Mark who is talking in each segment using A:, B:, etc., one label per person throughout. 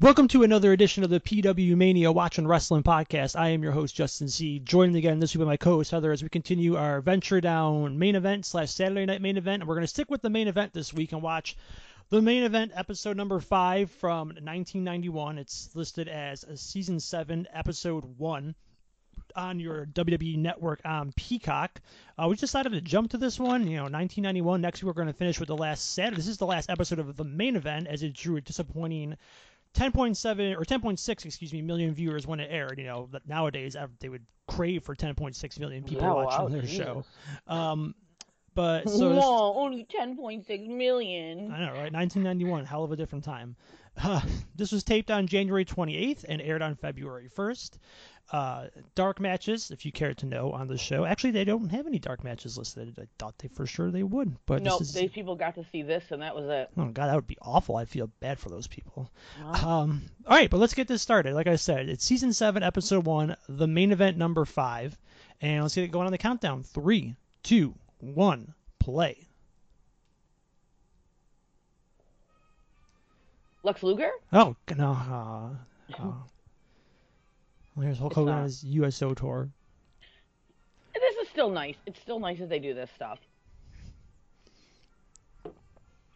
A: Welcome to another edition of the PW Mania Watching Wrestling Podcast. I am your host, Justin C. Joined again this week by my co-host Heather as we continue our venture down main event slash Saturday night main event. And we're going to stick with the main event this week and watch the main event episode number five from 1991. It's listed as season seven, episode one on your WWE network on Peacock. Uh, we decided to jump to this one. You know, 1991. Next, week we're going to finish with the last Saturday. This is the last episode of the main event, as it drew a disappointing 10.7 or 10.6, excuse me, million viewers when it aired. You know, that nowadays uh, they would crave for 10.6 million people
B: Yeah,
A: watching
B: wow,
A: their
B: Jesus.
A: show. Um, but so this-
C: Whoa, only 10.6 million.
A: I know, right? 1991, hell of a different time. Uh, this was taped on January 28th and aired on February 1st. Uh, dark matches, if you care to know, on the show. Actually, they don't have any dark matches listed. I thought they for sure they would, but
C: nope,
A: this is.
C: these people got to see this, and that was it.
A: Oh God, that would be awful. I feel bad for those people.
C: Wow.
A: Um, all right, but let's get this started. Like I said, it's season seven, episode one, the main event number five, and let's get it going on the countdown. Three, two, one, play.
C: Lex Luger?
A: Oh g- no! Uh, uh, well, here's Hulk
C: It's
A: Hogan on
C: not.
A: his USO tour.
C: This is still nice. It's still nice that they do this stuff.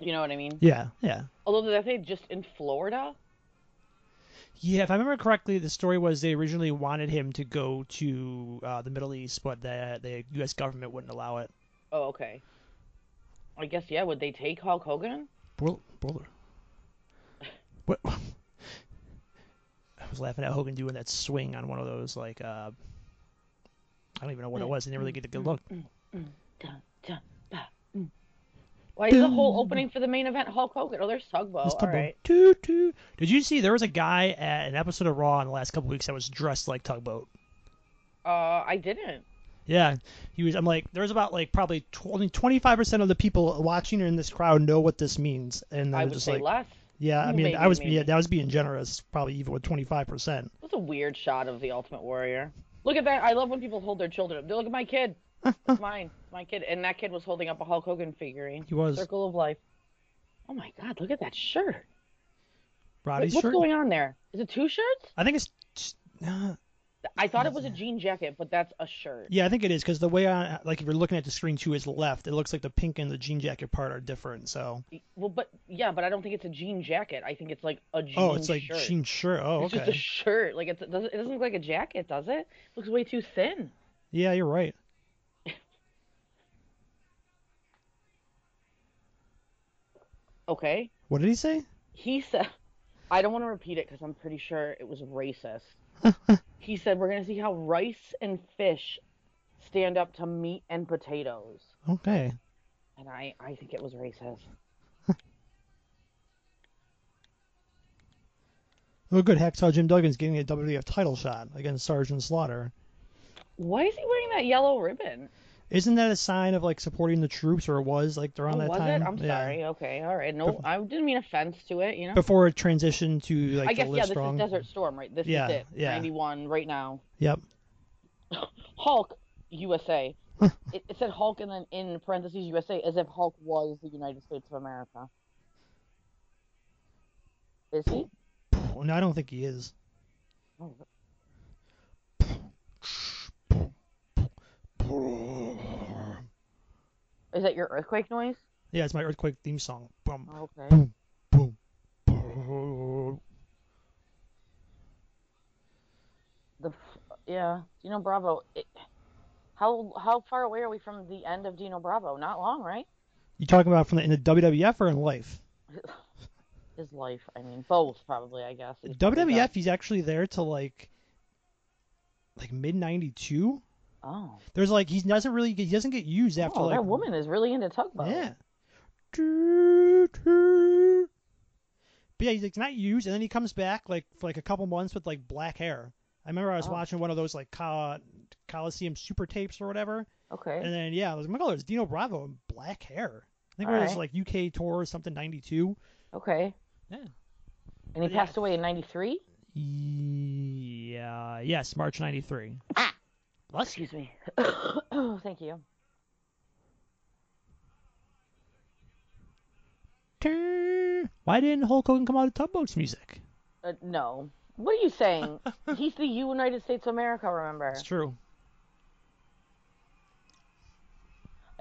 C: You know what I mean?
A: Yeah, yeah,
C: Although, did I say just in Florida?
A: yeah. If I remember correctly, the story was they originally wanted him to go to uh, the Middle East, but the the U.S. government wouldn't allow it.
C: Oh, okay. I guess, yeah, would they take Hulk Hogan?
A: Brother, brother. What? I was laughing at Hogan doing that swing on one of those like uh, I don't even know what it was. I didn't really get a good look.
C: Oh, Dun, dun, ba, mm. Why is the whole opening for the main event Hulk Hogan? Oh, there's Tugboat.
A: Just
C: All
A: Tugboat.
C: right.
A: Toot, toot. Did you see there was a guy at an episode of Raw in the last couple weeks that was dressed like Tugboat?
C: Uh, I didn't.
A: Yeah, he was. I'm like, there's about like probably 20, 25 percent of the people watching in this crowd know what this means, and
C: I
A: I'm
C: would
A: just
C: say
A: like,
C: less.
A: yeah. I mean,
C: Maybe,
A: I was yeah,
C: maybe.
A: that was being generous, probably even with 25 percent.
C: It was a weird shot of the Ultimate Warrior. Look at that. I love when people hold their children up. Look at my kid. It's mine. It's my kid. And that kid was holding up a Hulk Hogan figurine.
A: He was
C: Circle of Life. Oh my God, look at that shirt. Wait,
A: Roddy's
C: what's
A: shirt.
C: going on there? Is it two shirts?
A: I think it's. t- Uh,
C: I thought it was a jean jacket, but that's a shirt.
A: yeah, I think it is because the way I like, if you're looking at the screen to his left, it looks like the pink and the jean jacket part are different. So,
C: Well, but yeah, but I don't think it's a jean jacket. I think it's like a jean
A: oh, it's like
C: shirt.
A: jean shirt. Oh,
C: It's just a
A: okay.
C: shirt. Like it's, it doesn't it doesn't look like a jacket, does it? Looks way too thin.
A: Yeah, you're right.
C: Okay.
A: What did he say?
C: he said i don't want to repeat it because i'm pretty sure it was racist he said we're going to see how rice and fish stand up to meat and potatoes
A: Okay.
C: and i, I think it was racist
A: Oh, good. Hacksaw Jim Duggan's getting a WWF title shot against Sergeant Slaughter.
C: why is he wearing that yellow ribbon
A: Isn't that a sign of like supporting the troops, or was like
C: oh,
A: around that
C: was
A: time?
C: it i'm
A: Yeah.
C: sorry okay all right no
A: Bef-
C: i didn't mean offense to it you know
A: Before it transitioned to like
C: i guess
A: the Live
C: yeah this
A: Strong.
C: is desert storm right this
A: Yeah,
C: is it
A: yeah.
C: 91 right now
A: Yep.
C: hulk usa it, it said hulk and then in parentheses usa as if hulk was the united states of america is he
A: No, I don't think he is.
C: Oh, what- Is that your earthquake noise?
A: Yeah, it's my earthquake theme song. Bum,
C: Oh, Okay.
A: boom, boom, boom.
C: The f- yeah, Dino Bravo. It, how how far away are we from the end of Dino Bravo? Not long, right?
A: You talking about from the in the WWF or in life?
C: His life. I mean, both probably. I guess. He's probably
A: WWF,
C: done.
A: he's actually there to like, like mid '92.
C: Oh.
A: There's like he doesn't really get, he doesn't get used after
C: oh,
A: like
C: that woman is really into tugboat.
A: Yeah. Doo-doo. But yeah, he's like not used, and then he comes back like for like a couple months with like black hair. I remember I was
C: Oh.
A: watching one of those like Col- Coliseum super tapes or whatever, and
C: Okay.
A: then yeah, I was like, oh, there's Dino Bravo and black hair. I think it was
C: Alright.
A: like UK tour or something '92.
C: Okay.
A: Yeah.
C: And he
A: Yeah.
C: passed away in '93.
A: Yeah, yes, March '93.
C: Ah.
A: Bless you.
C: Excuse me. Thank you.
A: Why didn't Hulk Hogan come out of Tugboats music?
C: Uh, no. What are you saying? He's the United States of America, remember?
A: It's true.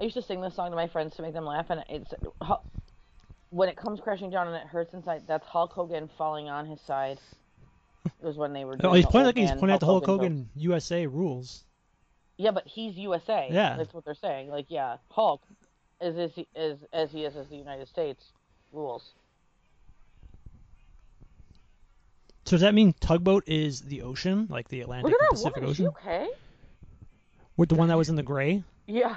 C: I used to sing this song to my friends to make them laugh, and it's Hu- when it comes crashing down and it hurts inside. That's Hulk Hogan falling on his side. It was when they were.
A: Oh,
C: doing
A: he's
C: the
A: pointing
C: old
A: like he's
C: man
A: pointing out the Hulk
C: joke.
A: Hogan USA rules.
C: Yeah, but he's USA.
A: Yeah.
C: that's what they're saying. Like, yeah, Hulk is as he is as he is as the United States rules.
A: So does that mean tugboat is the ocean, like the
C: We're
A: Atlantic
C: gonna
A: and
C: have
A: Pacific
C: women. Is she
A: Ocean,
C: okay?
A: with the one that was in the gray?
C: Yeah.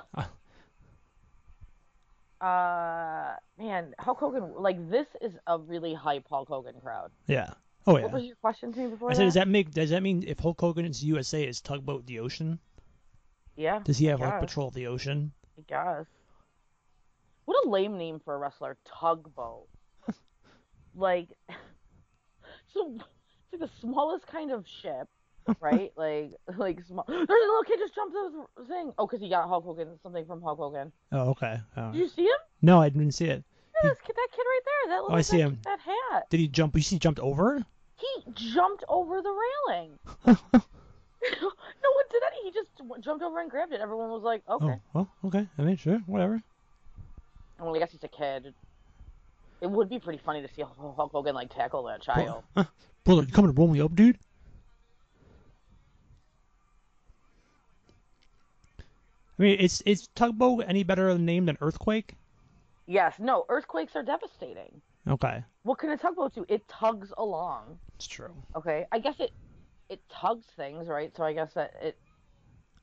A: Ah.
C: Uh, man, Hulk Hogan. Like, this is a really hype Hulk Hogan crowd.
A: Yeah. Oh yeah.
C: What was your question to me before?
A: I said, does that make? Does that mean if Hulk Hogan is USA, is tugboat the ocean?
C: Yeah.
A: Does he have like
C: Yeah.
A: patrol of the ocean?
C: I guess. What a lame name for a wrestler, tugboat. like, so it's like the smallest kind of ship, right? like, like small. There's a little kid just jumped over the thing. Oh, because he got Hulk Hogan, something from Hulk Hogan.
A: Oh okay. All
C: Did
A: right.
C: you see him?
A: No, I didn't see it.
C: Yeah, this kid, that kid right there. That little
A: Oh, I see
C: that,
A: him.
C: that hat.
A: Did he jump? You see, he jumped over.
C: He jumped over the railing. no one did any. He just w- jumped over and grabbed it. Everyone was like, okay.
A: Oh well, okay. I mean, sure, whatever.
C: Well, I guess he's a kid. It would be pretty funny to see Hulk Hogan like tackle that child.
A: Brother, you coming to roll me up, dude? I mean, it's it's tugboat any better a name than earthquake?
C: Yes, no, earthquakes are devastating.
A: Okay,
C: What can a tugboat do? It tugs along.
A: it's true.
C: Okay, I guess it it tugs things, right? So I guess that it,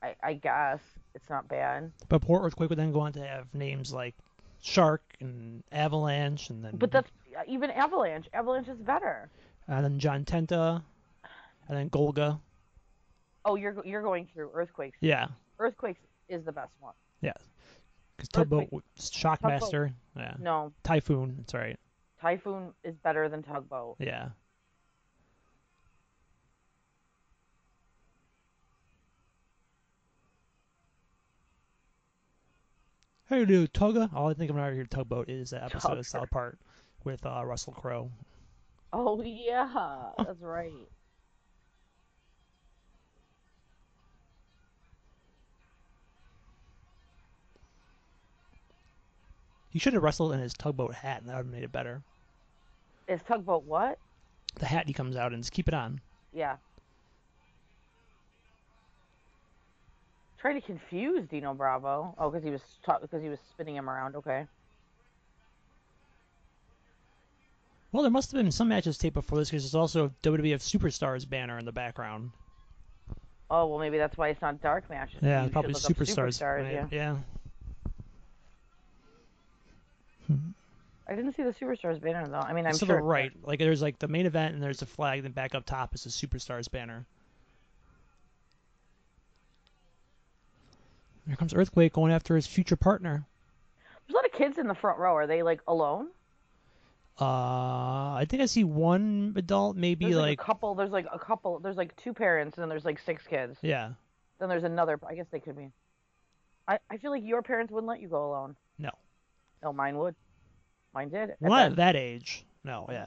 C: I I guess it's not bad.
A: But poor earthquake would then go on to have names like shark and avalanche, and then
C: But that's uh, even avalanche. Avalanche is better.
A: and then John Tenta, and then Golga.
C: Oh, you're go- you're going through earthquakes.
A: Yeah,
C: Earthquakes is the best one.
A: yeah. Because tugboat,
C: Earthquake.
A: shockmaster, yeah,
C: No,
A: typhoon. It's all right.
C: typhoon is better than tugboat.
A: Yeah. How you do, Toga? All I think of when I hear tugboat is that episode
C: Tugger.
A: of South Park with uh, Russell Crowe.
C: Oh yeah, that's right.
A: He should have wrestled in his tugboat hat, and that would have made it better.
C: Is tugboat what?
A: The hat he comes out in, just keep it on.
C: Yeah. Trying to confuse Dino Bravo. Oh, because he was because he was spinning him around. Okay.
A: Well, there must have been some matches taped before this because there's also a WWF Superstars banner in the background.
C: Oh well, maybe that's why it's not dark matches.
A: Yeah,
C: You should
A: probably
C: look up
A: Superstars.
C: Superstars,
A: right?
C: yeah.
A: yeah.
C: I didn't see the superstars banner though. I mean, I'm
A: to
C: sure.
A: the right, like there's like the main event, and there's the flag. Then back up top is the superstars banner. Here comes Earthquake going after his future partner.
C: There's a lot of kids in the front row. Are they like alone?
A: Uh, I think I see one adult, maybe
C: There's
A: like,
C: a couple. There's like a couple. There's like two parents, and then there's like six kids.
A: yeah,
C: Then there's another. I guess they could be. I I feel like your parents wouldn't let you go alone.
A: no,
C: No, mine would. Mine did. At
A: not
C: the-
A: at that age. No, yeah,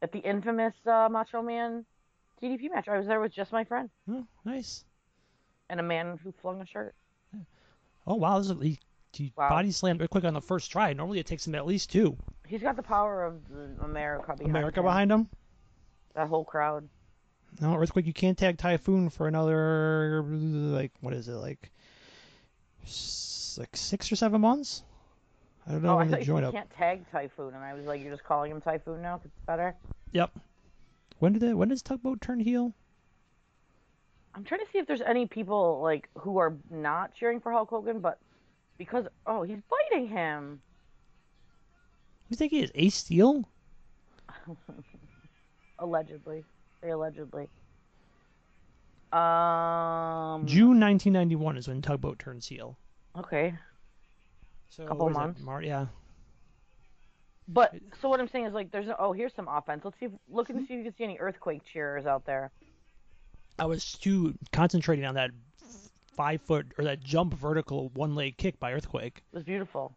C: at the infamous uh, Macho Man DDP match. I was there with just my friend
A: oh, nice.
C: and a man who flung a shirt.
A: Oh wow, this is, he, he
C: Wow.
A: body slammed Earthquake on the first try. Normally it takes him at least two.
C: He's got the power of the America behind
A: America
C: him.
A: behind him.
C: that whole crowd.
A: No, earthquake. You can't tag typhoon for another like what is it like, s- like six or seven months? I don't know
C: oh, I
A: when the
C: thought you
A: join
C: said
A: up.
C: can't tag Typhoon, and I was like, you're just calling him Typhoon now 'cause it's better.
A: Yep. When did the when does tugboat turn heel?
C: I'm trying to see if there's any people like who are not cheering for Hulk Hogan, but because oh, he's biting him.
A: You think he is Ace Steel?
C: Allegedly, they allegedly. Um.
A: June 1991 is when tugboat turns heel.
C: okay.
A: So
C: Couple
A: what is that,
C: months.
A: Mar- yeah.
C: But so what I'm saying is like there's no, oh here's some offense. Let's see if, look
A: Hmm?
C: and see if you can see any earthquake cheerers out there.
A: I was too concentrating on that five foot or that jump vertical one leg kick by earthquake.
C: It was beautiful.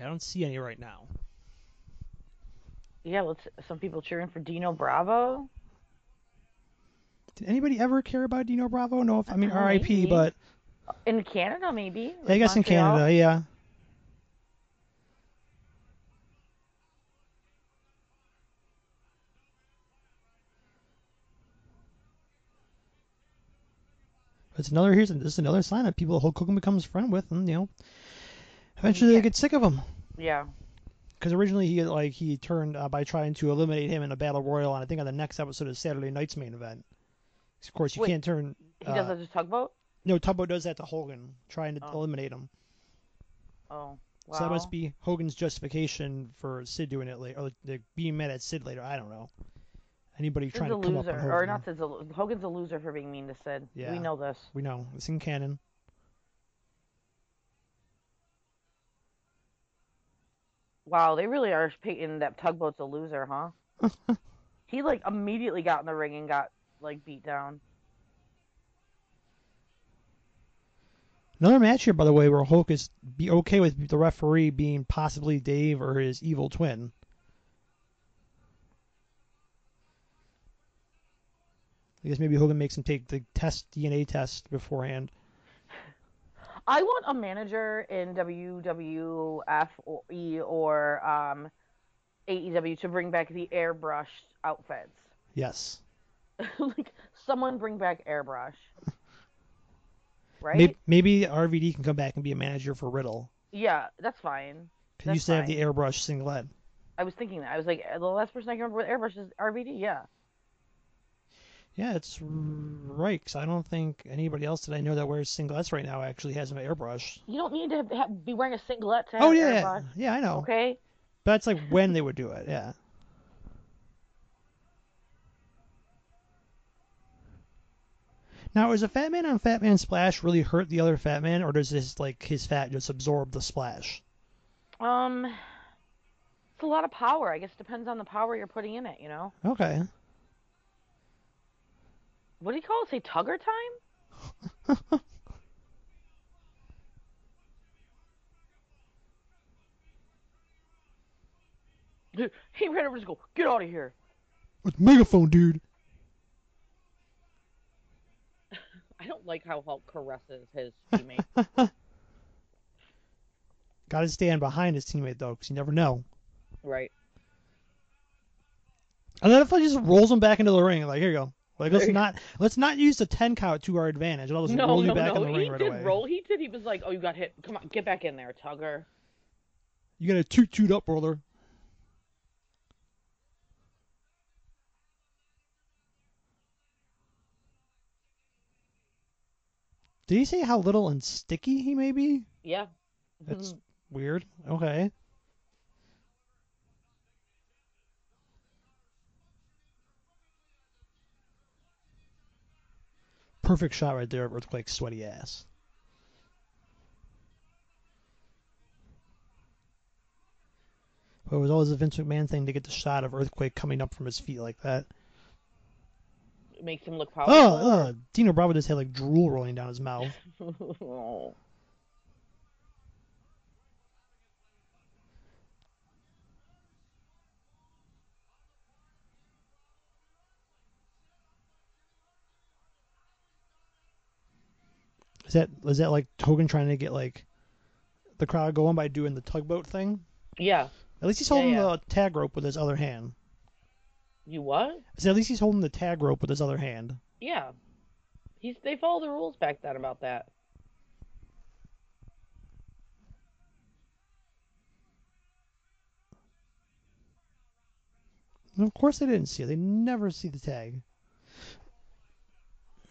A: I don't see any right now.
C: Yeah, let's. Some people cheering for Dino Bravo.
A: Did anybody ever care about Dino Bravo? No, if, I mean
C: Uh,
A: R.I.P.
C: maybe.
A: But
C: In Canada, maybe.
A: I
C: like
A: guess in
C: Montreal.
A: Canada, yeah. It's another here's this is another sign that people Hulk Hogan becomes friend with, and you know, eventually they
C: Yeah.
A: get sick of him.
C: Yeah.
A: Because originally he like he turned uh, by trying to eliminate him in a battle royal, and I think on the next episode of Saturday Night's main event. 'Cause Of course, you
C: Wait.
A: can't turn.
C: He
A: Uh,
C: does that to tugboat.
A: no, Tubbo does that to Hogan, trying to
C: Oh.
A: eliminate him.
C: Oh. Wow.
A: So that must be Hogan's justification for Sid doing it later, or like, like, being mad at Sid later. I don't know. Anybody
C: Sid's
A: trying
C: a
A: to come up
C: loser,
A: on Hogan?
C: or not? Sid's a, lo- Hogan's a loser for being mean to Sid.
A: Yeah.
C: We know this.
A: We know it's in canon.
C: Wow, they really are painting that tugboat's a loser, huh? he like immediately got in the ring and got like beat down.
A: Another match here, by the way, where Hulk is be okay with the referee being possibly Dave or his evil twin. I guess maybe Hogan makes him take the test DNA test beforehand.
C: I want a manager in WWF or, E or um, AEW to bring back the airbrushed outfits.
A: Yes.
C: like someone bring back airbrush, right?
A: Maybe, maybe RVD can come back and be a manager for Riddle.
C: Yeah, that's fine.
A: He used to have
C: That's
A: the airbrush singlet.
C: I was thinking that. I was like, the last person I can remember with airbrush is RVD. Yeah.
A: Yeah, it's right. 'cause I don't think anybody else that I know that wears singlets right now actually has an airbrush.
C: You don't need to have, have, be wearing a singlet to have
A: Oh yeah, yeah,
C: airbrush.
A: yeah, I know.
C: Okay.
A: But that's like when they would do it. Yeah. Now, is a Fat Man on Fat Man splash really hurt the other Fat Man, or does his like his fat just absorb the splash?
C: Um, it's a lot of power. I guess it depends on the power you're putting in it. You know.
A: Okay.
C: What do you call it? Say tugger time? Dude, he ran over to go, get out of here.
A: With megaphone, dude.
C: I don't like how Hulk caresses his teammate.
A: Got to stand behind his teammate though, 'cause you never know.
C: right.
A: And then if I just rolls him back into the ring, like here you go. Like let's
C: There you go.
A: not let's not use the ten count to our advantage. I'll just
C: No,
A: roll you
C: no,
A: back in
C: no.
A: the
C: He
A: ring right
C: did
A: away.
C: roll. He did. He was like, oh, you got hit. Come on, get back in there, Tugger.
A: You got a toot toot up, brother. Did he say how little and sticky he may be?
C: Yeah.
A: That's weird. Okay. Perfect shot right there of Earthquake's sweaty ass. But it was always a Vince McMahon thing to get the shot of Earthquake coming up from his feet like that.
C: It makes him look
A: Oh,
C: powerful.
A: oh Dino Bravo just had like drool rolling down his mouth. Is that is that like Hogan trying to get like the crowd going by doing the tugboat thing?
C: yeah.
A: At least he's
C: Yeah,
A: holding
C: yeah.
A: the tag rope with his other hand.
C: You what?
A: I said at least he's holding the tag rope with his other hand.
C: Yeah. He's they follow the rules back then about that.
A: And of course they didn't see it. They never see the tag.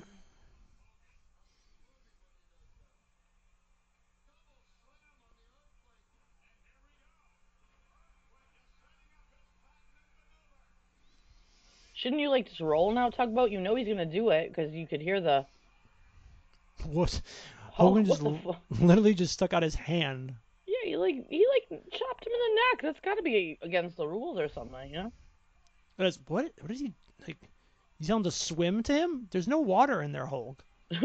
C: Shouldn't you like just roll now, tugboat? You know he's gonna do it because you could hear the
A: What? Hogan
C: Hulk. Oh, what
A: just
C: the fu-
A: literally just stuck out his hand.
C: Yeah, he like he like chopped him in the neck. That's got to be against the rules or something, you know?
A: And it's- what? What is he like? You tell him to swim to him? There's no water in there, Hulk.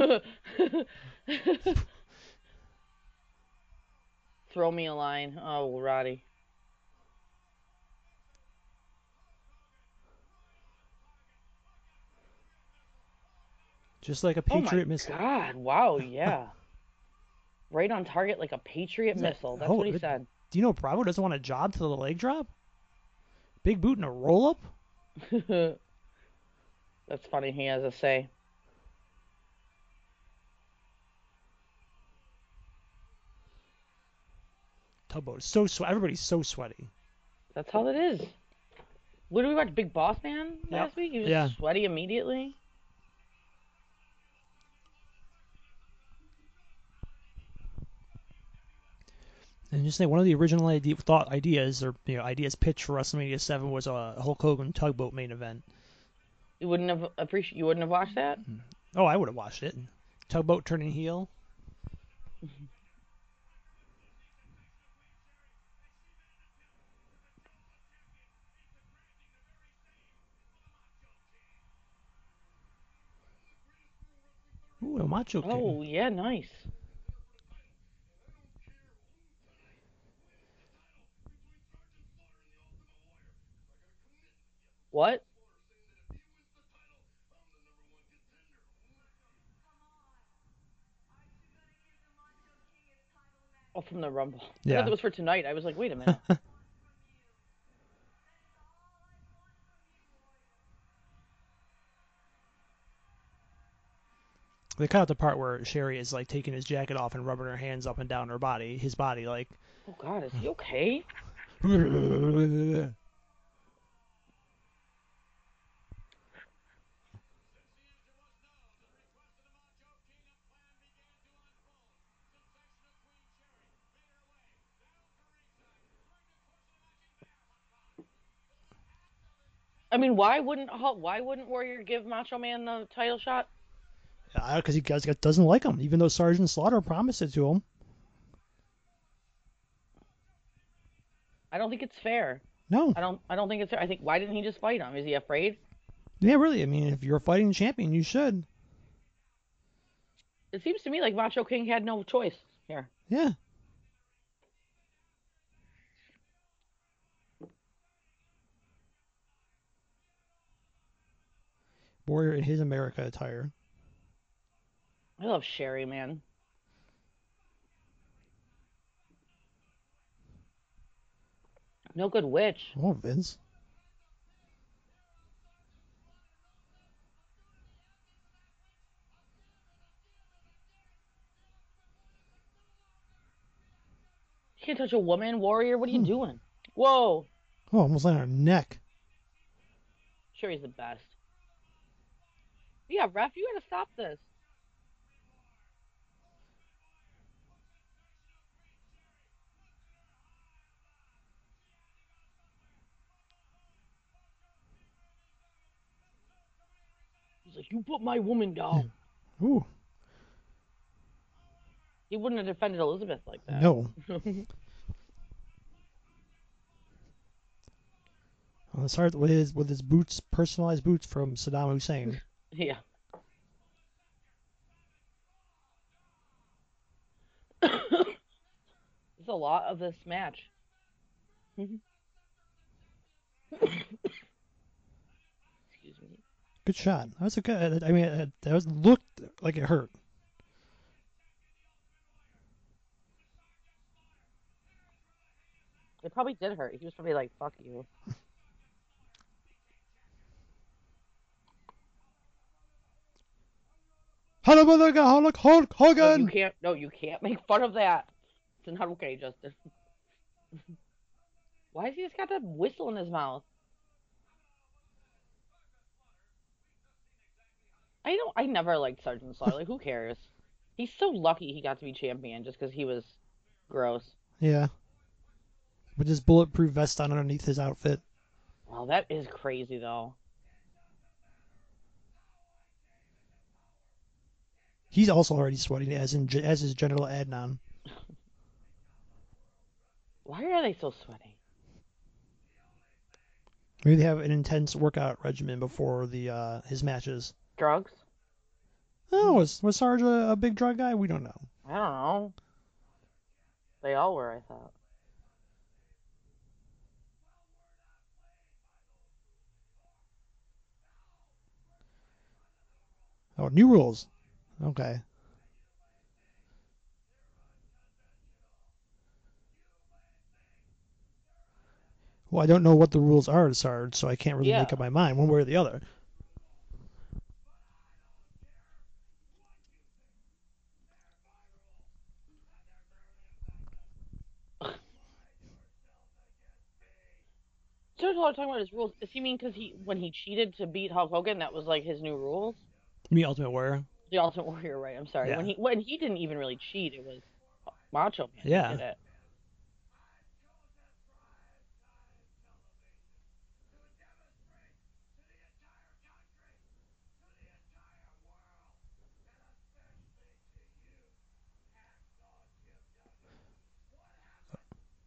C: Throw me a line. Oh, Roddy.
A: Just like a Patriot
C: oh my
A: missile.
C: God! Wow. Yeah. right on target, like a Patriot
A: Yeah.
C: missile. That's
A: Oh,
C: what he
A: it-
C: said.
A: Do you know Bravo doesn't want a job to the leg drop? Big boot and a roll up?
C: That's funny. He has a say.
A: Tugboat is so sweaty. Everybody's so sweaty.
C: That's how it is. What did we watch? Big Boss Man
A: Yeah.
C: last week. He was
A: Yeah.
C: sweaty immediately.
A: And just say one of the original idea, thought ideas or you know ideas pitched for WrestleMania Seven was a Hulk Hogan tugboat main event.
C: You wouldn't have appreciate. You wouldn't have watched that.
A: Oh, I would have watched it. Tugboat turning heel. Ooh, a macho kick.
C: Oh yeah, nice. What? Oh, from the Rumble. I
A: Yeah.
C: thought that was for tonight. I was like, wait a minute.
A: They cut out the part where Sherry is like taking his jacket off and rubbing her hands up and down her body, his body, like.
C: oh God, is he okay?
A: Tugboat
C: I mean, why wouldn't Hul- why wouldn't Warrior give Macho Man the title shot?
A: because he guys got- doesn't like him, even though Sergeant Slaughter promised it to him.
C: I don't think it's fair.
A: No,
C: I don't. I don't think it's fair. I think why didn't he just fight him? Is he afraid?
A: yeah, really. I mean, if you're a fighting champion, you should.
C: It seems to me like Macho King had no choice here.
A: Yeah. Warrior in his America attire.
C: I love Sherry, man. No good witch.
A: Oh, Vince.
C: You can't touch a woman, warrior. What are you doing? Whoa.
A: Oh, almost on her neck.
C: Sherry's the best. Yeah, ref, you gotta stop this. He's like, you put my woman down.
A: Ooh,
C: He wouldn't have defended Elizabeth like that.
A: no. Well, let's start with his with his boots, personalized boots from Saddam Hussein.
C: Yeah. There's a lot of this match. Excuse me.
A: Good shot. That was a good. I mean, it- that was looked like it hurt.
C: It probably did hurt. He was probably like, fuck you.
A: Hello, mother, Hulk, Hulk
C: No, you
A: Hogan.
C: can't no, you can't make fun of that. It's not okay, Justin. Why has he just got that whistle in his mouth? I don't I never liked Sergeant Slaughter. Like who cares? He's so lucky he got to be champion just because he was gross.
A: Yeah. With his bulletproof vest on underneath his outfit.
C: Wow, that is crazy though.
A: He's also already sweating, as in as his genital Adnan.
C: Why are they so sweaty?
A: Maybe they have an intense workout regimen before the uh, his matches.
C: Drugs?
A: Oh, was was Sarge a, a big drug guy? We don't know.
C: I don't know. They all were, I thought.
A: Oh, new rules. Okay. Well, I don't know what the rules are, Sarge, so I can't really
C: Yeah.
A: make up my mind one way or the other.
C: So we're talking about his rules. Does he mean because he when he cheated to beat Hulk Hogan, that was like his new rules?
A: Me, Ultimate Warrior.
C: The Ultimate Warrior, right? I'm sorry. When
A: Yeah.
C: he when he didn't even really cheat, it was Macho Man. who
A: Yeah.
C: Did it.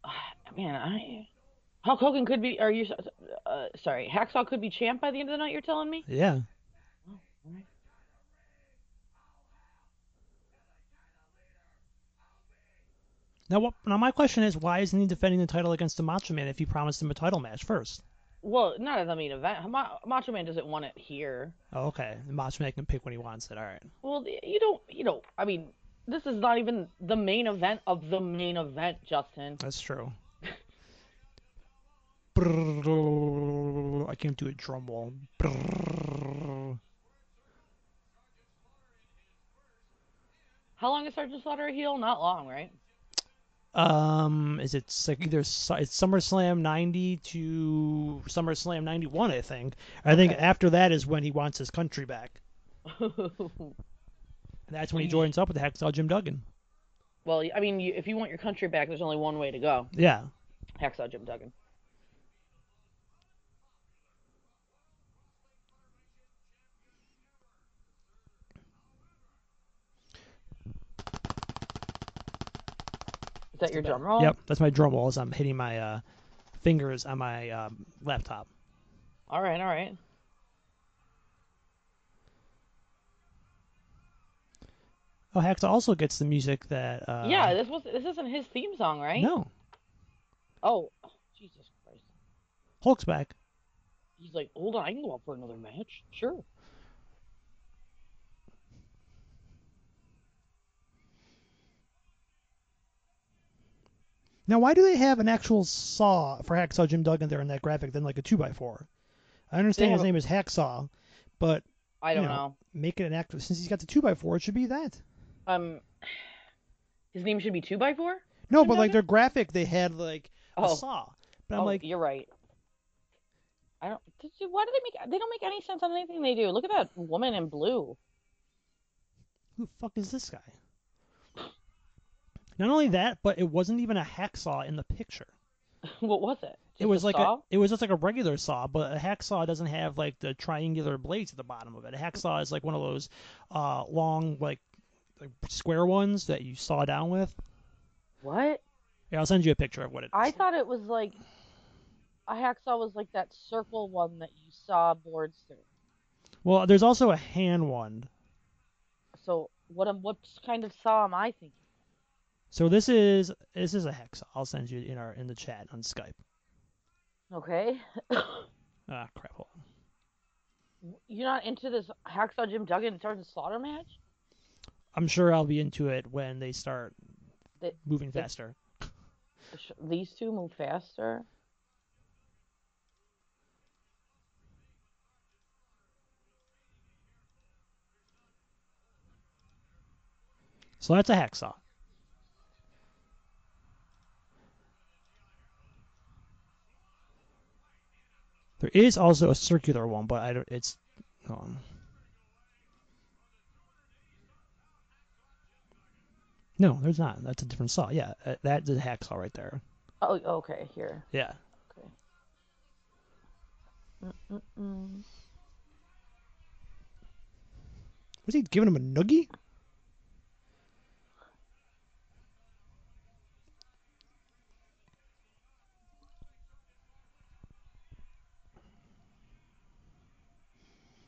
C: Uh, Man, I Hulk Hogan could be. Are you uh, sorry? Hacksaw could be champ by the end of the night. You're telling me?
A: Yeah.
C: Oh, all right.
A: Now, what, now my question is, why isn't he defending the title against the Macho Man if he promised him a title match first?
C: Well, not as I mean event. Ma- Macho Man doesn't want it here.
A: Oh, okay. The Macho Man can pick when he wants it. All right.
C: Well, you don't. You know. I mean, this is not even the main event of the main event, Justin.
A: That's true. I can't do a drum roll.
C: How long is Sergeant Slaughter a heel? Not long, right?
A: Um, is it s- like either su- it's SummerSlam '90 to SummerSlam '91? I think. I think
C: Okay.
A: after that is when he wants his country back.
C: well,
A: And that's when he
C: Mm-hmm.
A: joins up with Hacksaw Jim Duggan.
C: I mean, you, if you want your country back, there's only one way to go.
A: Yeah.
C: Hacksaw Jim Duggan. Is that your drum roll?
A: Yep. That's my drum roll as I'm hitting my uh, fingers on my um, laptop.
C: All right, all right.
A: Oh, Hacksaw also gets the music that. Uh,
C: yeah, this was this isn't his theme song, right?
A: No,
C: Oh, Jesus Christ.
A: Hulk's back.
C: He's like, hold on, I can go out for another match. Sure.
A: Now, why do they have an actual saw for Hacksaw Jim Duggan there in that graphic than like a 2x4? I understand
C: have
A: his
C: a-
A: name is Hacksaw, but
C: I don't
A: Yeah.
C: know.
A: make it an active. Since he's got the 2x4, it should be that.
C: Um, his name should be two by four.
A: No,
C: Jim
A: but like
C: Duggan?
A: their graphic, they had like
C: Oh,
A: a saw. But I'm
C: oh,
A: like,
C: you're right. I don't. Did you, why do they make? They don't make any sense on anything they do. Look at that woman in blue.
A: who the fuck is this guy? Not only that, but it wasn't even a hacksaw in the picture.
C: what was it?
A: It
C: Just
A: was like
C: saw?
A: a, it was just like a regular saw, but a hacksaw doesn't have like the triangular blades at the bottom of it. A hacksaw is like one of those uh, long like, like square ones that you saw down with.
C: what?
A: Yeah, I'll send you a picture of what it is.
C: I thought it was like a hacksaw was like that circle one that you saw boards through.
A: Well, there's also a hand one.
C: So what? am- What kind of saw am I thinking?
A: So this is this is a hex. I'll send you in our in the chat on Skype.
C: Okay.
A: Ah, crap. Hold on.
C: You're not into this hacksaw Jim Duggan and Sergeant Slaughter match?
A: I'm sure I'll be into it when they start
C: They-
A: moving
C: they-
A: faster.
C: Sh- These two move faster.
A: So that's a hacksaw. There is also a circular one, but I don't. It's. Hold on. No, there's not. That's a different saw. Yeah, uh, that's a hacksaw right there.
C: Oh, okay, here.
A: Yeah.
C: Okay. Mm-mm-mm.
A: Was he giving him a noogie?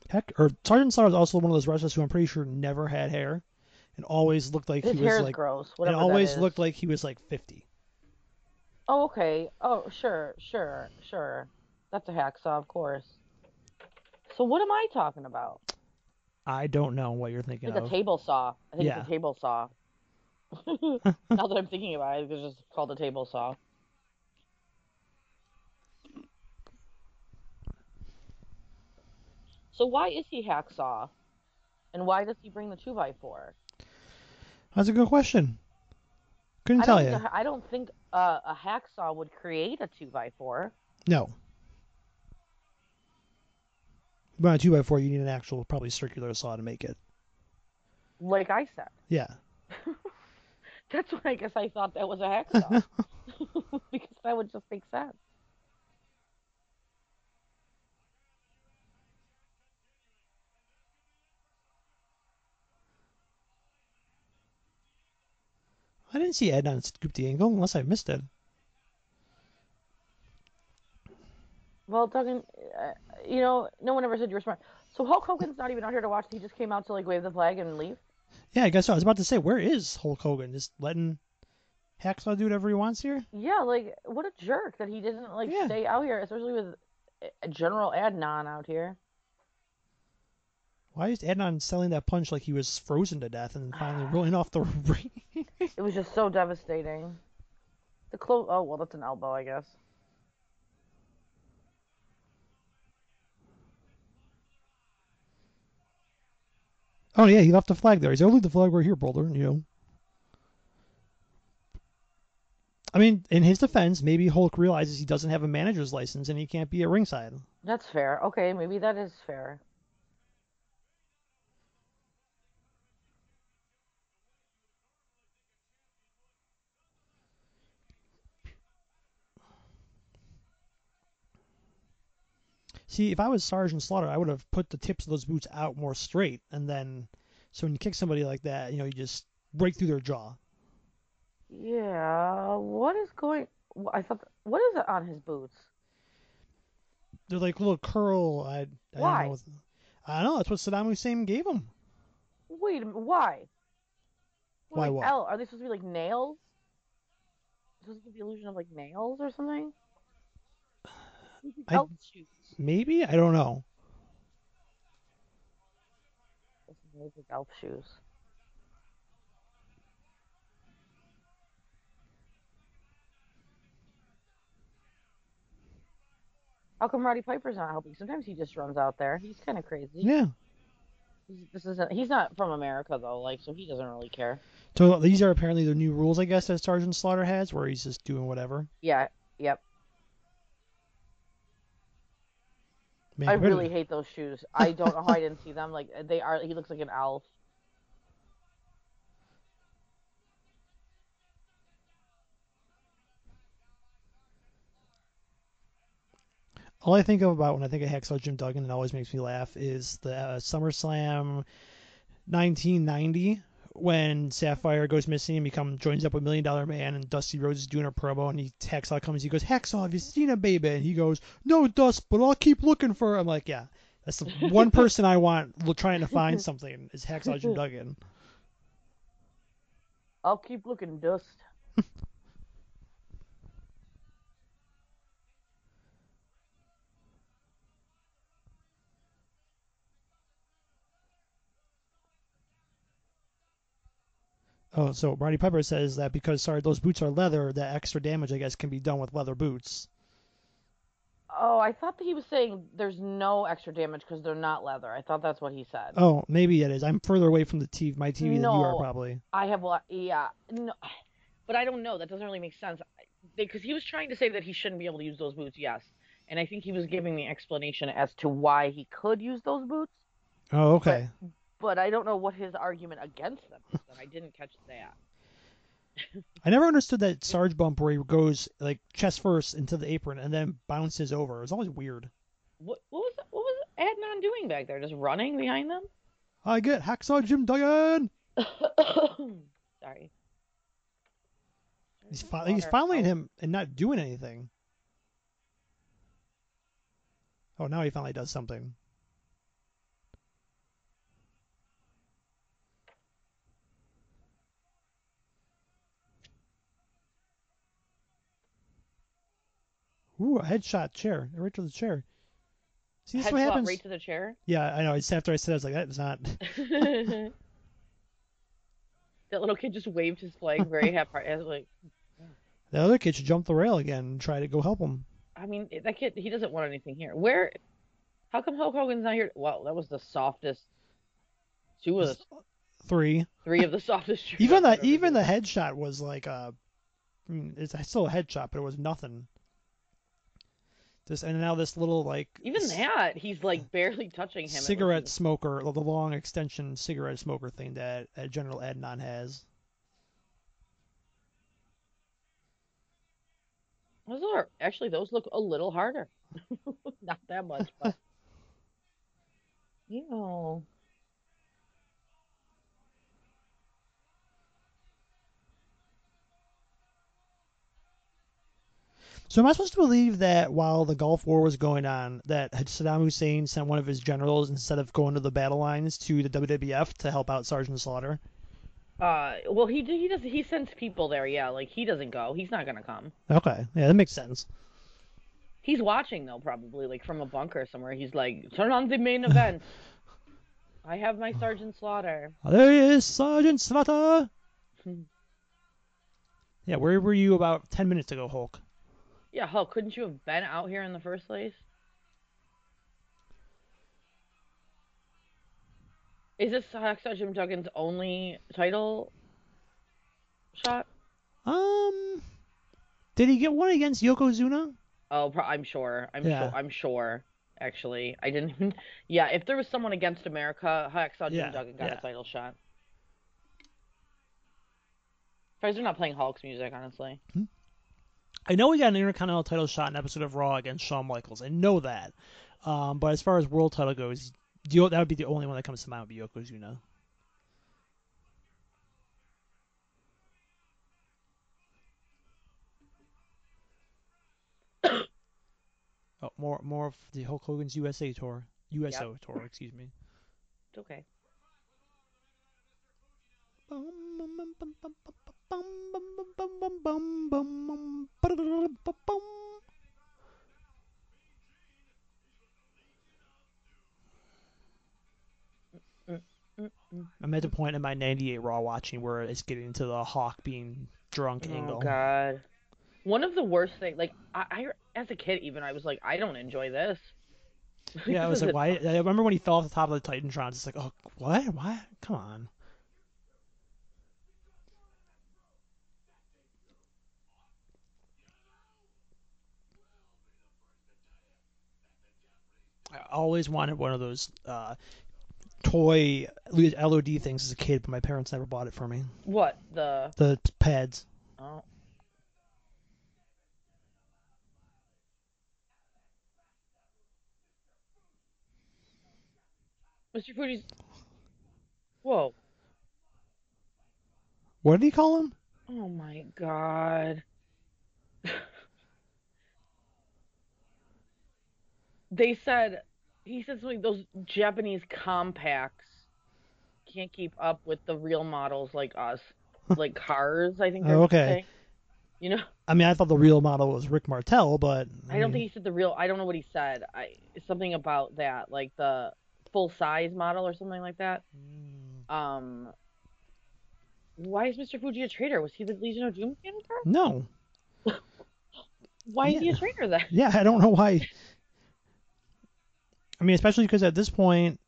A: Heck, or Sergeant Slaughter is also one of those wrestlers who I'm pretty sure never had hair, and always looked like
C: His
A: he was
C: hair is
A: like
C: gross.
A: and
C: Whatever that
A: always
C: is.
A: looked like he was like 50.
C: Oh, okay. Oh, sure, sure, sure. That's a hacksaw, of course. So what am I talking about?
A: I don't know what you're thinking
C: Like a
A: of.
C: table saw. I think
A: Yeah.
C: it's a table saw. now that I'm thinking about it, it's just called a table saw. So why is he hacksaw? And why does he bring the two by four?
A: That's a good question. Couldn't
C: I
A: tell
C: don't,
A: you.
C: think a- I don't think uh, a hacksaw would create a two by four.
A: No. You want a two by four, you need an actual probably circular saw to make it.
C: Like I said.
A: Yeah.
C: That's why I guess I thought that was a hacksaw. because that would just make sense.
A: I didn't see Ed on Scoop the Angle unless I missed it.
C: Well, Duggan, uh, you know, no one ever said you were smart. So Hulk Hogan's not even out here to watch. He just came out to like wave the flag and leave.
A: Yeah, I guess so. I was about to say, where is Hulk Hogan? Just letting Hacksaw do whatever he wants here?
C: Yeah, like what a jerk that he didn't like
A: Yeah.
C: stay out here, especially with uh, General Adnan out here.
A: Why is Adnan selling that punch like he was frozen to death and then
C: Ah.
A: finally rolling off the ring?
C: It was just so devastating. The close. Oh well, that's an elbow, I guess.
A: Oh yeah, he left the flag there. He's only the flag right here, Boulder. You know. I mean, in his defense, maybe Hulk realizes he doesn't have a manager's license and he can't be at ringside.
C: That's fair. Okay, maybe that is fair.
A: See, if I was Sergeant Slaughter, I would have put the tips of those boots out more straight, and then so when you kick somebody like that, you know, you just break through their jaw.
C: Yeah. What is going? wh- I thought. What is it on his boots?
A: They're like little curl. I, I
C: Why?
A: Don't know what, I don't know. That's what Saddam Hussein gave him.
C: Wait, a minute, why? We're
A: Why
C: like,
A: what?
C: L, are they supposed to be like nails? Supposed to be the illusion of like nails or something?
A: I-
C: Elf shoes.
A: Maybe I don't know.
C: This is like elf shoes. How come Roddy Piper's not helping? Sometimes he just runs out there. He's kind of crazy.
A: Yeah.
C: He's, this isn't. He's not from America though, like so he doesn't really care.
A: So these are apparently the new rules, I guess, that Sergeant Slaughter has, where he's just doing whatever.
C: Yeah. Yep.
A: Man,
C: I
A: wait a
C: really
A: minute.
C: hate those shoes. I don't know how I didn't see them. Like they are. He looks like an elf.
A: All I think of about when I think of Hacksaw Jim Duggan, it always makes me laugh, is the uh, SummerSlam 1990 when Sapphire goes missing and become joins up with Million Dollar Man and Dusty Rhodes is doing a promo and he Hacksaw comes he goes Hacksaw have you seen a baby and he goes no Dust but I'll keep looking for her. I'm like yeah that's the one person I want lo- trying to find something is Hacksaw Jim Duggan.
C: I'll keep looking dust.
A: Oh so Roddy Piper says that because sorry those boots are leather that extra damage I guess can be done with leather boots.
C: Oh, I thought that he was saying there's no extra damage because they're not leather. I thought that's what he said.
A: Oh maybe it is I'm further away from the TV my TV than you are
C: No.
A: probably.
C: I have a yeah, no, but I don't know. That doesn't really make sense because he was trying to say that he shouldn't be able to use those boots. Yes, and I think he was giving the explanation as to why he could use those boots.
A: Oh okay.
C: But I don't know what his argument against them is. and I didn't catch that.
A: I never understood that Sarge bump where he goes like chest first into the apron and then bounces over. It was always weird.
C: What, what was what was Adnan doing back there? Just running behind them?
A: I get hacksaw Jim Duggan.
C: Sorry.
A: He's, fi- he's following him and not doing anything. Oh, now he finally does something. Ooh, a headshot chair right to the chair. See, this is what
C: Headshot
A: happens.
C: right to the chair.
A: yeah, I know. It's after I said, it, I was like, that is not.
C: that little kid just waved his flag very happy. I was like,
A: The other kid should jump the rail again and try to go help him.
C: I mean, that kid, he doesn't want anything here. Where? How come Hulk Hogan's not here? Well, that was the softest. Two of the
A: Three.
C: three of the softest. shirts
A: Even the
C: I've ever
A: even the
C: seen.
A: headshot was like a. I mean, it's still a headshot, but it was nothing. This and now this little like
C: even
A: s-
C: that he's like barely touching him. It looks-
A: cigarette smoker, the long extension cigarette smoker thing that, that General Adnan has.
C: Those are actually those look a little harder. Not that much, but you know.
A: So am I supposed to believe that while the Gulf War was going on, that Saddam Hussein sent one of his generals instead of going to the battle lines to the WWF to help out Sergeant Slaughter?
C: Uh, well, he he does he sends people there. Yeah, like he doesn't go. He's not gonna come.
A: Okay, yeah, that makes sense.
C: He's watching though, probably like from a bunker somewhere. He's like, turn on the main event. I have my Sergeant Slaughter.
A: Oh, there he is, Sergeant Slaughter.
C: Hmm.
A: Yeah, where were you about ten minutes ago, Hulk?
C: Yeah, hell, couldn't you have been out here in the first place? Is this Hacksaw Jim Duggan's only title shot?
A: Um, did he get one against Yokozuna?
C: Oh, pro- I'm sure. I'm
A: Yeah.
C: sure. I'm sure. Actually, I didn't. Even... Yeah, if there was someone against America, Hacksaw Jim
A: Yeah,
C: Duggan got
A: yeah.
C: a title shot. Surprised they're not playing Hulk's music, honestly.
A: I know he got an Intercontinental title shot in an episode of Raw against Shawn Michaels. I know that. Um, but as far as world title goes, the o- that would be the only one that comes to mind would be Yokozuna. oh, more more of the Hulk Hogan's USA tour, USO tour, excuse me.
C: It's okay.
A: I'm at the point in my 98 Raw watching where it's getting to the Hawk being drunk
C: Oh
A: angle.
C: God. One of the worst things, like I, I, as a kid, even I was like, I don't enjoy this.
A: Yeah, I was like, why? I remember when he fell off the top of the Titantrons. It's like, oh, what? Why? Come on. I always wanted one of those uh, toy LOD things as a kid, but my parents never bought it for me.
C: What the?
A: The pads.
C: Oh. Mr. Fuji's. Whoa.
A: What did he call them?
C: Oh my God. they said, he said something, those Japanese compacts can't keep up with the real models like us, like cars, I think.
A: Oh,
C: they're
A: okay.
C: saying. You know,
A: I mean, I thought the real model was Rick Martel, but
C: I
A: mean,
C: don't think he said the real, I don't know what he said. I Something about that, like the full size model or something like that. Um, why is Mr. Fuji a traitor? Was he the Legion of Doom manager?
A: No.
C: Why is he a
A: Yeah.
C: traitor then?
A: Yeah, I don't know why. I mean, especially because at this point,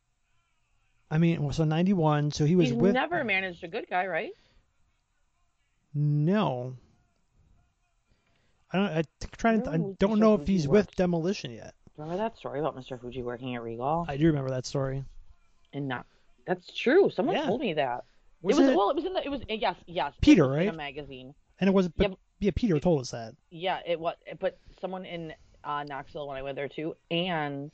A: I mean, well, so '91, so he was
C: He's
A: with
C: never managed a good guy, right?
A: no. I don't. I think- trying to. I
C: Where was
A: don't
C: Mr.
A: know if
C: Fuji
A: he's with
C: worked?
A: Demolition yet.
C: Remember that story about Mr. Fuji working at Regal
A: I do remember that story.
C: and not. That's true. Someone
A: Yeah.
C: told me that.
A: Was
C: it was
A: it-
C: well, it was in the it was yes, yes. it
A: Peter,
C: was in a
A: right?
C: magazine.
A: and it was. But,
C: yeah,
A: yeah, Peter told us that.
C: Yeah, it was. But someone in uh, Knoxville when I went there too, and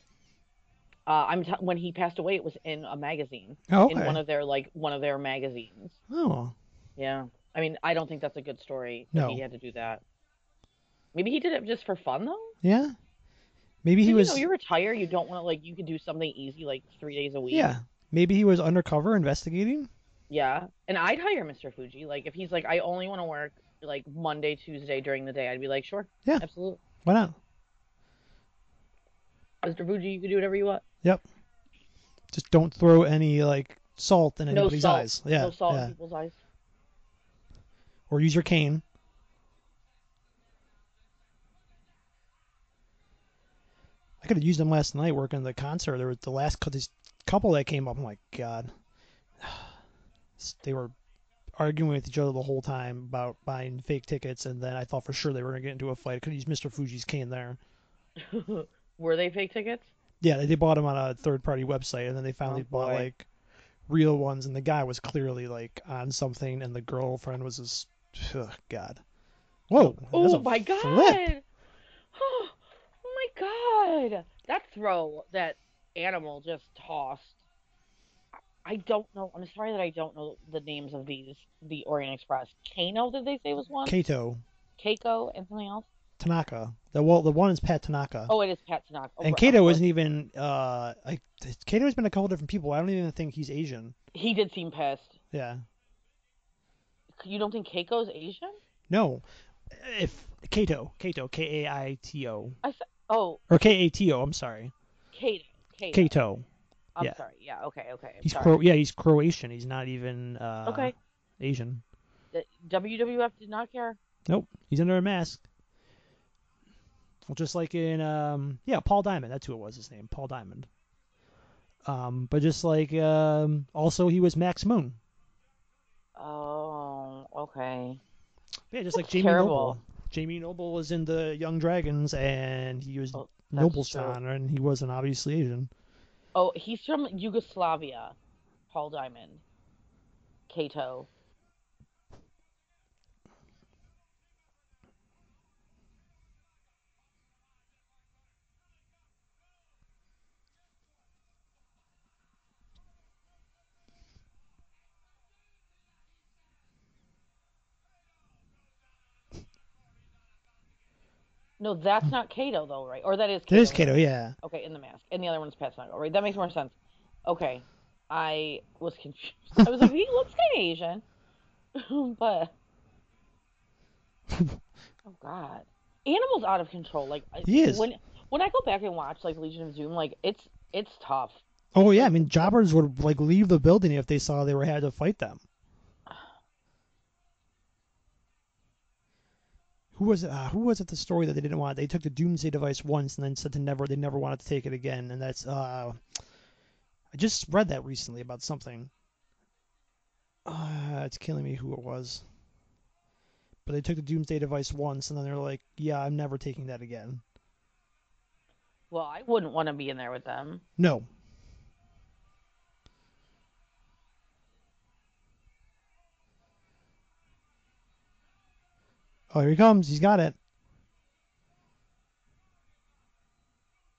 C: uh, I'm t- when he passed away, it was in a magazine
A: Oh,
C: in
A: okay.
C: one of their like one of their magazines.
A: oh,
C: Yeah, I mean, I don't think that's a good story. that
A: No.
C: he had to do that. Maybe he did it just for fun though.
A: yeah. Maybe he
C: you
A: was.
C: know you retire, you don't want to like you could do something easy like three days a week.
A: yeah. Maybe he was undercover investigating.
C: Yeah. And I'd hire Mr. Fuji. Like if he's like, I only want to work like Monday, Tuesday during the day, I'd be like, sure.
A: Yeah.
C: Absolutely.
A: Why not?
C: Mr. Fuji, you can do whatever you want.
A: Yep. Just don't throw any like salt in
C: no
A: anybody's
C: salt.
A: eyes. Yeah.
C: no salt
A: yeah.
C: in people's eyes.
A: Or use your cane. I could have used them last night working the concert. There was the last cou- this couple that came up. I'm like, God, they were arguing with each other the whole time about buying fake tickets, and then I thought for sure they were gonna get into a fight. I could have used Mr. Fuji's cane there.
C: Were they fake tickets?
A: Yeah, they, they bought them on a third party website, and then they finally
C: Oh,
A: bought
C: boy.
A: like real ones, and the guy was clearly like on something, and the girlfriend was this. Ugh, God. Whoa! that's
C: Oh
A: a
C: my god!
A: flip.
C: Oh, my god! That throw that animal just tossed. I- I don't know. I'm sorry that I don't know the names of these. The Orient Express. Kano, did they say was one?
A: Kato
C: Keiko and something else.
A: Tanaka. The well, the one is Pat Tanaka.
C: Oh, it is Pat Tanaka. Oh,
A: and
C: right,
A: Kato
C: of course.
A: isn't even. Uh, like Kato has been a couple different people. I don't even think he's Asian.
C: He did seem pissed.
A: Yeah.
C: You don't think Keiko's Asian?
A: No. If Kato, Kato, K A I T O
C: I th- oh,
A: or K A T O. I'm sorry.
C: Kato. Kato.
A: Kato.
C: I'm
A: yeah.
C: sorry. Yeah. Okay. Okay. I'm
A: He's
C: sorry.
A: Cro- yeah, he's Croatian. He's not even uh,
C: Okay.
A: Asian.
C: The WWF did not care.
A: Nope, he's under a mask. Well, just like in um, yeah, Paul Diamond. That's who it was. His name, Paul Diamond. Um, but just like um, also he was Max Moon.
C: Oh, okay.
A: Yeah, just like
C: That's
A: Jamie
C: terrible.
A: Noble. Jamie Noble was in the Young Dragons, and he was
C: Oh, that's
A: Noble's
C: true.
A: son, and he wasn't obviously Asian.
C: Oh, he's from Yugoslavia. Paul Diamond. Kato. No, that's not Kato though, right? Or that is Kato.
A: It is
C: right?
A: Kato, yeah.
C: Okay, in the mask, and the other one's Pat Snuggle, right? That makes more sense. Okay, I was confused. I was like, he looks kind of Asian, but oh god, animals out of control. Like I-
A: He is.
C: when when I go back and watch like Legion of Doom, like it's it's tough.
A: Oh yeah, I mean jobbers would like leave the building if they saw they were had to fight them. Who was it? Uh, who was it? The story that they didn't want. They took the Doomsday device once and then said to never. They never wanted to take it again. And that's. Uh, I just read that recently about something. Uh, it's killing me who it was. But they took the Doomsday device once and then they're like, "Yeah, I'm never taking that again."
C: Well, I wouldn't want to be in there with them.
A: No. Oh, here he comes. He's got it.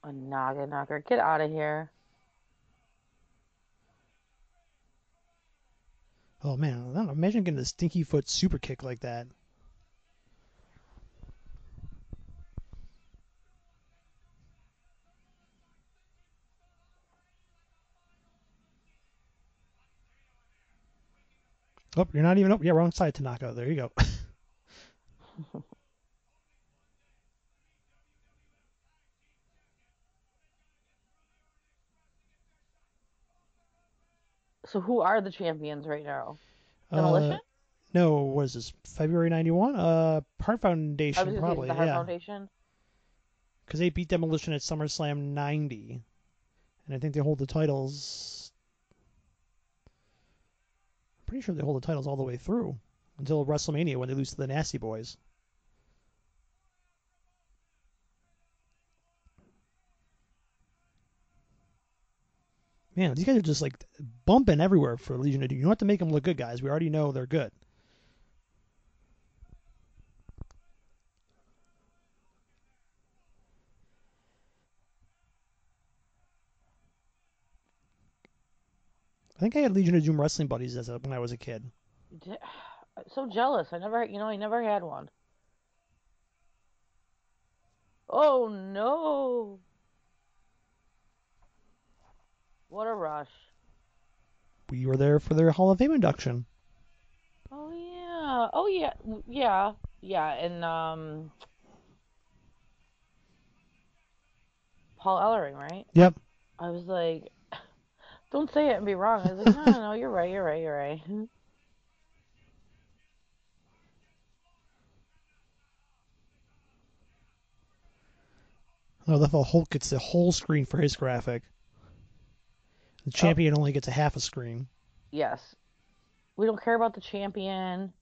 C: A noggin knocker, get out of here.
A: Oh man, I don't know. Imagine getting a stinky foot super kick like that. Oh, you're not even up. Yeah, wrong side, Tanaka. There you go.
C: So who are the champions right now?
A: Uh,
C: Demolition?
A: No, what is this? February 91? Uh, Heart
C: I was
A: Foundation,
C: gonna say
A: probably,
C: the Heart
A: yeah.
C: Foundation.
A: Because they beat Demolition at SummerSlam 90. And I think they hold the titles. I'm pretty sure they hold the titles all the way through until WrestleMania when they lose to the Nasty Boys. Man, these guys are just like bumping everywhere for Legion of Doom. You don't have to make them look good, guys. We already know they're good. I think I had Legion of Doom wrestling buddies as a, when I was a kid.
C: D- So jealous. I never, you know, I never had one. Oh no! What a rush.
A: We were there for their Hall of Fame induction.
C: Oh yeah. Oh yeah. W- Yeah. Yeah. And um, Paul Ellering, right?
A: Yep.
C: I was like, don't say it and be wrong. I was like, no, no, no, you're right, you're right, you're right.
A: No, the Hulk gets the whole screen for his graphic. The champion only gets a half a screen.
C: Yes. We don't care about the champion.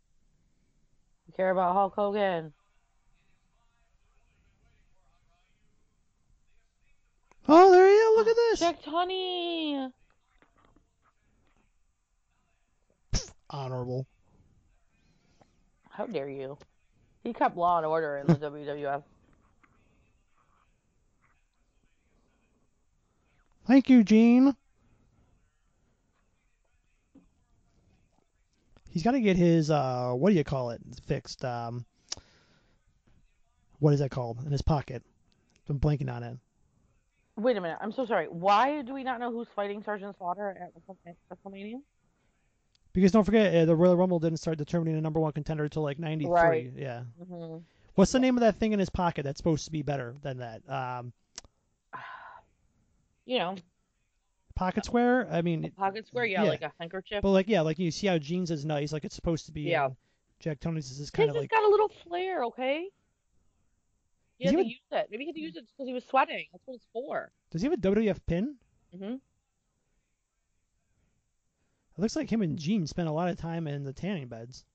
C: We care about Hulk Hogan.
A: Oh, there you go. Look at this.
C: Jack Tunney.
A: Honorable.
C: How dare you? He kept law and order in the WWF.
A: Thank you, Gene. He's got to get his uh, what do you call it fixed? Um, what is that called in his pocket? I'm blanking on it.
C: Wait a minute. I'm so sorry. Why do we not know who's fighting Sergeant Slaughter at Wrestle- WrestleMania?
A: Because don't forget, uh, the Royal Rumble didn't start determining a number one contender until like '93.
C: Right.
A: Yeah.
C: Mm-hmm.
A: What's the name of that thing in his pocket that's supposed to be better than that? Um,
C: You know,
A: pocket square. I mean,
C: pocket square. Yeah,
A: Yeah.
C: like a handkerchief.
A: but like yeah, like you see how Gene's is nice, like it's supposed to be.
C: Yeah.
A: and Jack Tony's is
C: His
A: kind of
C: has
A: like
C: got a little flair, okay? He
A: Does
C: had
A: he
C: to
A: have-
C: use it. Maybe he had to use it because he was sweating. That's what it's for.
A: Does he have a WWF pin?
C: Mm-hmm.
A: It looks like him and Gene spent a lot of time in the tanning beds.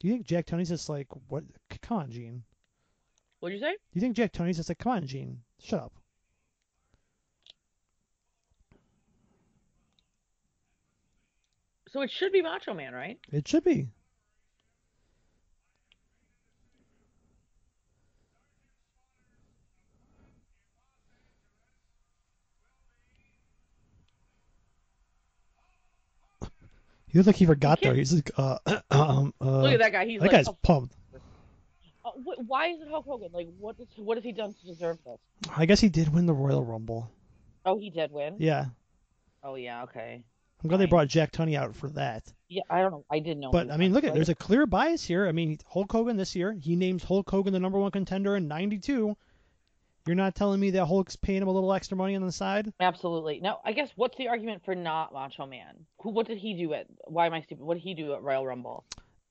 A: Do you think Jack Tony's just like what? c- Come on, Gene.
C: What'd you say?
A: Do you think Jack Tony's just like, come on, Gene, shut up?
C: So it should be Macho Man, right?
A: It should be. He looked like he forgot though.
C: can't-
A: He's like, uh, um, uh,
C: Look at that guy. He's
A: that
C: like,
A: guy's
C: oh,
A: pumped.
C: uh, wh- why is it Hulk Hogan? Like, what, is, what has he done to deserve this?
A: I guess he did win the Royal Rumble.
C: Oh, he did win.
A: Yeah,
C: Oh yeah, okay.
A: I'm glad they
C: Right.
A: brought Jack Tunney out for that.
C: Yeah, I don't know. I didn't know.
A: But I mean, look at there's a clear bias here. I mean, Hulk Hogan this year, he names Hulk Hogan the number one contender in '92. You're not telling me that Hulk's paying him a little extra money on the side?
C: absolutely now. I guess what's the argument for not Macho Man? Who? What did he do at? Why am I stupid? What did he do at Royal Rumble?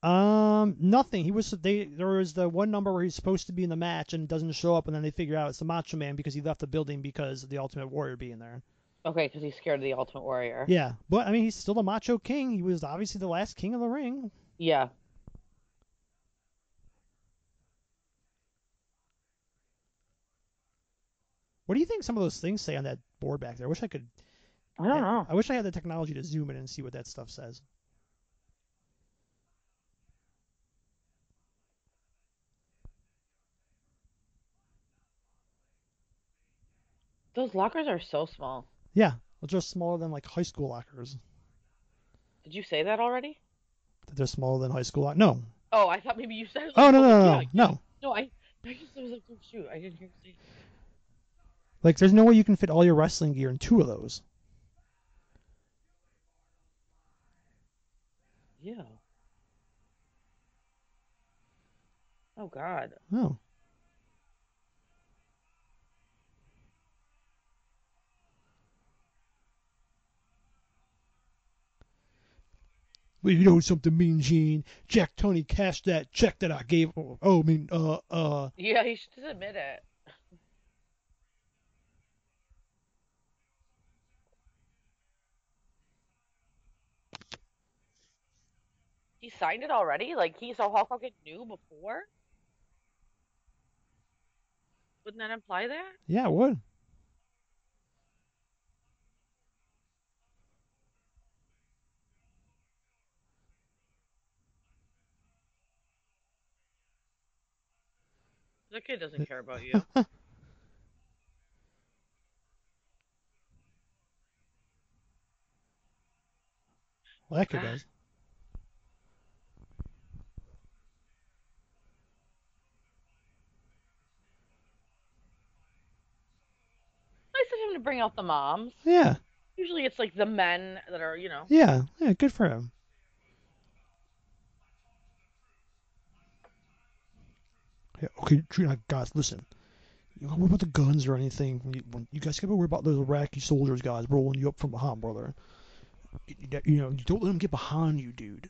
A: Um, nothing. He was they there was the one number where he's supposed to be in the match and doesn't show up, and then they figure out it's the Macho Man because he left the building because of the Ultimate Warrior being there.
C: Okay, because he's scared of the Ultimate Warrior.
A: Yeah, but I mean, he's still the Macho King. He was obviously the last King of the Ring.
C: Yeah.
A: What do you think some of those things say on that board back there? I wish I could.
C: I don't know.
A: I wish I had the technology to zoom in and see what that stuff says.
C: Those lockers are so small.
A: Yeah, well, just smaller than like high school lockers.
C: Did you say that already?
A: That they're smaller than high school lockers. No.
C: Oh, I thought maybe you said.
A: Oh no no no no,
C: yeah,
A: no.
C: No, I. I just was like, oh, shoot, I didn't hear you say.
A: Like there's no way you can fit all your wrestling gear in two of those.
C: Yeah. Oh God.
A: Oh. Well, you know something mean, Gene. Jack Tony cashed that check that I gave. Oh, I mean, uh, uh.
C: Yeah, he should just admit it. He signed it already? Like he so Hulk Hogan knew before? Wouldn't that imply that?
A: Yeah, it would.
C: That kid doesn't care about you.
A: Well, that kid
C: Ah.
A: does.
C: Nice of him to bring out the moms.
A: Yeah,
C: Usually it's like the men that are, you know.
A: yeah, yeah. Good for him. Yeah, okay, Trina, guys, listen. You don't worry about the guns or anything. You, when- you guys gotta worry about those Iraqi soldiers, guys, rolling you up from behind, brother. You, you- you know, you don't let them get behind you, dude.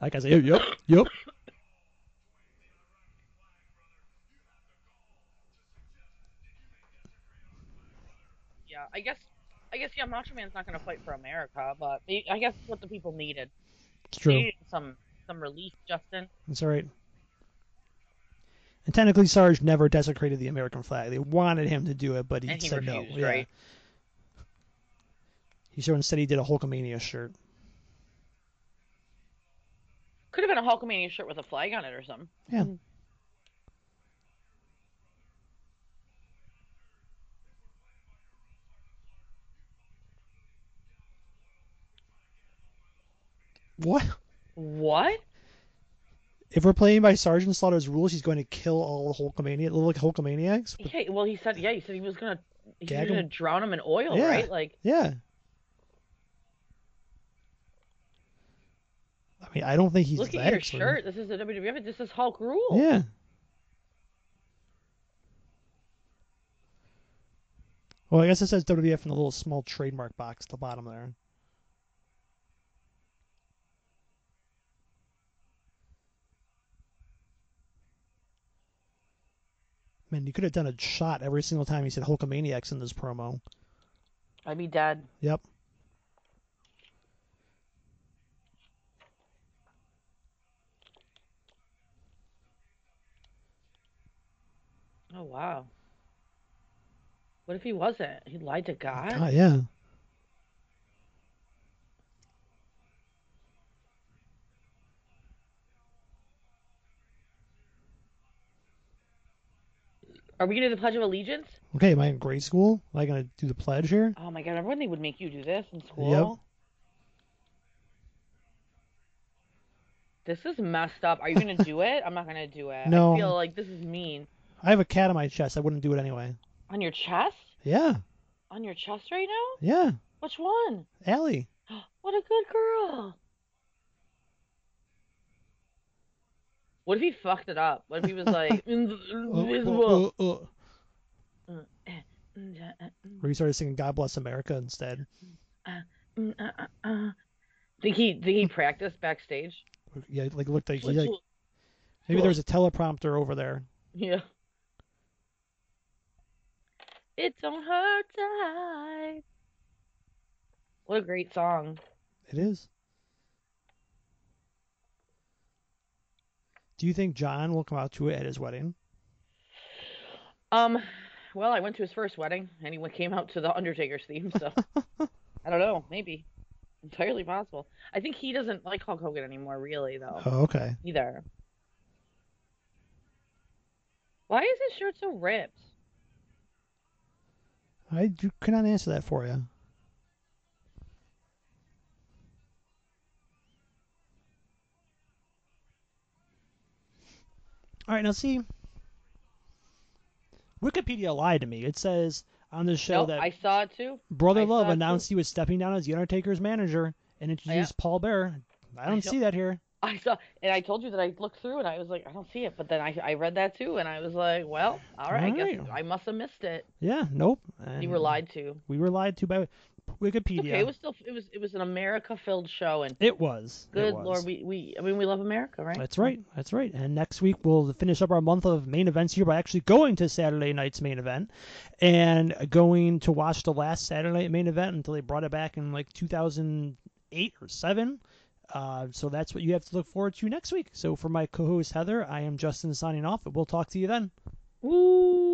A: That guy's like, yep, yep.
C: Yeah, I guess, I guess yeah, Macho Man's not gonna fight for America, but they- I guess it's what the people needed.
A: It's
C: They
A: true.
C: needed some some relief, Justin.
A: That's all right. And technically, Sarge never desecrated the American flag. They wanted him to do it, but he
C: And he
A: said
C: refused,
A: no. Yeah.
C: right?
A: He so instead he did a Hulkamania shirt.
C: Could have been a Hulkamania shirt with a flag on it or something.
A: Yeah. What?
C: What?
A: If we're playing by Sergeant Slaughter's rules, he's going to kill all the Hulkamania, little Hulkamaniacs. But-
C: Yeah. Well, he said. Yeah, he said he was gonna. He
A: Gag
C: was gonna
A: him.
C: drown him in oil,
A: Yeah.
C: right? Like,
A: yeah. I mean, I don't think he's
C: look
A: that
C: at your
A: extreme.
C: shirt. This is the WWF. This is Hulk rule.
A: Yeah. Well, I guess it says WWF in the little small trademark box at the bottom there. Man, you could have done a shot every single time he said Hulkamaniacs in this promo.
C: I'd be dead.
A: Yep.
C: Oh wow. What if he wasn't? He lied to God.
A: God, yeah.
C: Are we gonna do the Pledge of Allegiance?
A: Okay, am I in grade school? Am I going to do the pledge here?
C: Oh my god, remember when they would make you do this in school? This is messed up. Are you gonna do it? I'm not gonna do it.
A: No.
C: I feel like this is mean.
A: I have a cat on my chest. I wouldn't do it anyway.
C: On your chest?
A: Yeah,
C: On your chest right now?
A: yeah.
C: Which one?
A: Allie.
C: What a good girl. What if he fucked it up? What if he was like invisible?
A: Oh, oh, oh. Where you started singing God Bless America instead.
C: Think he think he practiced backstage?
A: Yeah, like looked like, he,
C: Which
A: like
C: one?
A: maybe there was a teleprompter over there.
C: Yeah. It don't hurt to hide. What a great song.
A: It is. Do you think John will come out to it at his wedding?
C: Um, well, I went to his first wedding and he went- came out to the Undertaker's theme, so I don't know, maybe. Entirely possible. I think he doesn't like Hulk Hogan anymore, really, though,
A: Oh, okay.
C: either. Why is his shirt so ripped?
A: I do, could not answer that for you. All right, now see, Wikipedia lied to me. It says on the show
C: Nope,
A: that
C: I saw it too.
A: Brother
C: I
A: Love
C: saw it,
A: announced he was stepping down as the Undertaker's manager
C: Oh,
A: and introduced Paul Bear. I don't
C: saw-
A: see that here.
C: I saw, and I told you that I looked through and I was like, I don't see it. But then I, I read that too, and I was like, well, all right, I guess
A: Alright.
C: I must have missed it.
A: Yeah, nope.
C: You
A: And
C: were lied to.
A: We were lied to by Wikipedia.
C: Okay, it was still, it was, it was an America-filled show, and
A: It was. It
C: good
A: was.
C: lord, we, we, I mean, we love America, right?
A: That's right. That's right. And next week we'll finish up our month of main events here by actually going to Saturday night's main event and going to watch the last Saturday night main event until they brought it back in like 2008 or 7. Uh, so that's what you have to look forward to next week. So for my co-host Heather, I am Justin signing off, and we'll talk to you then.
C: Woo!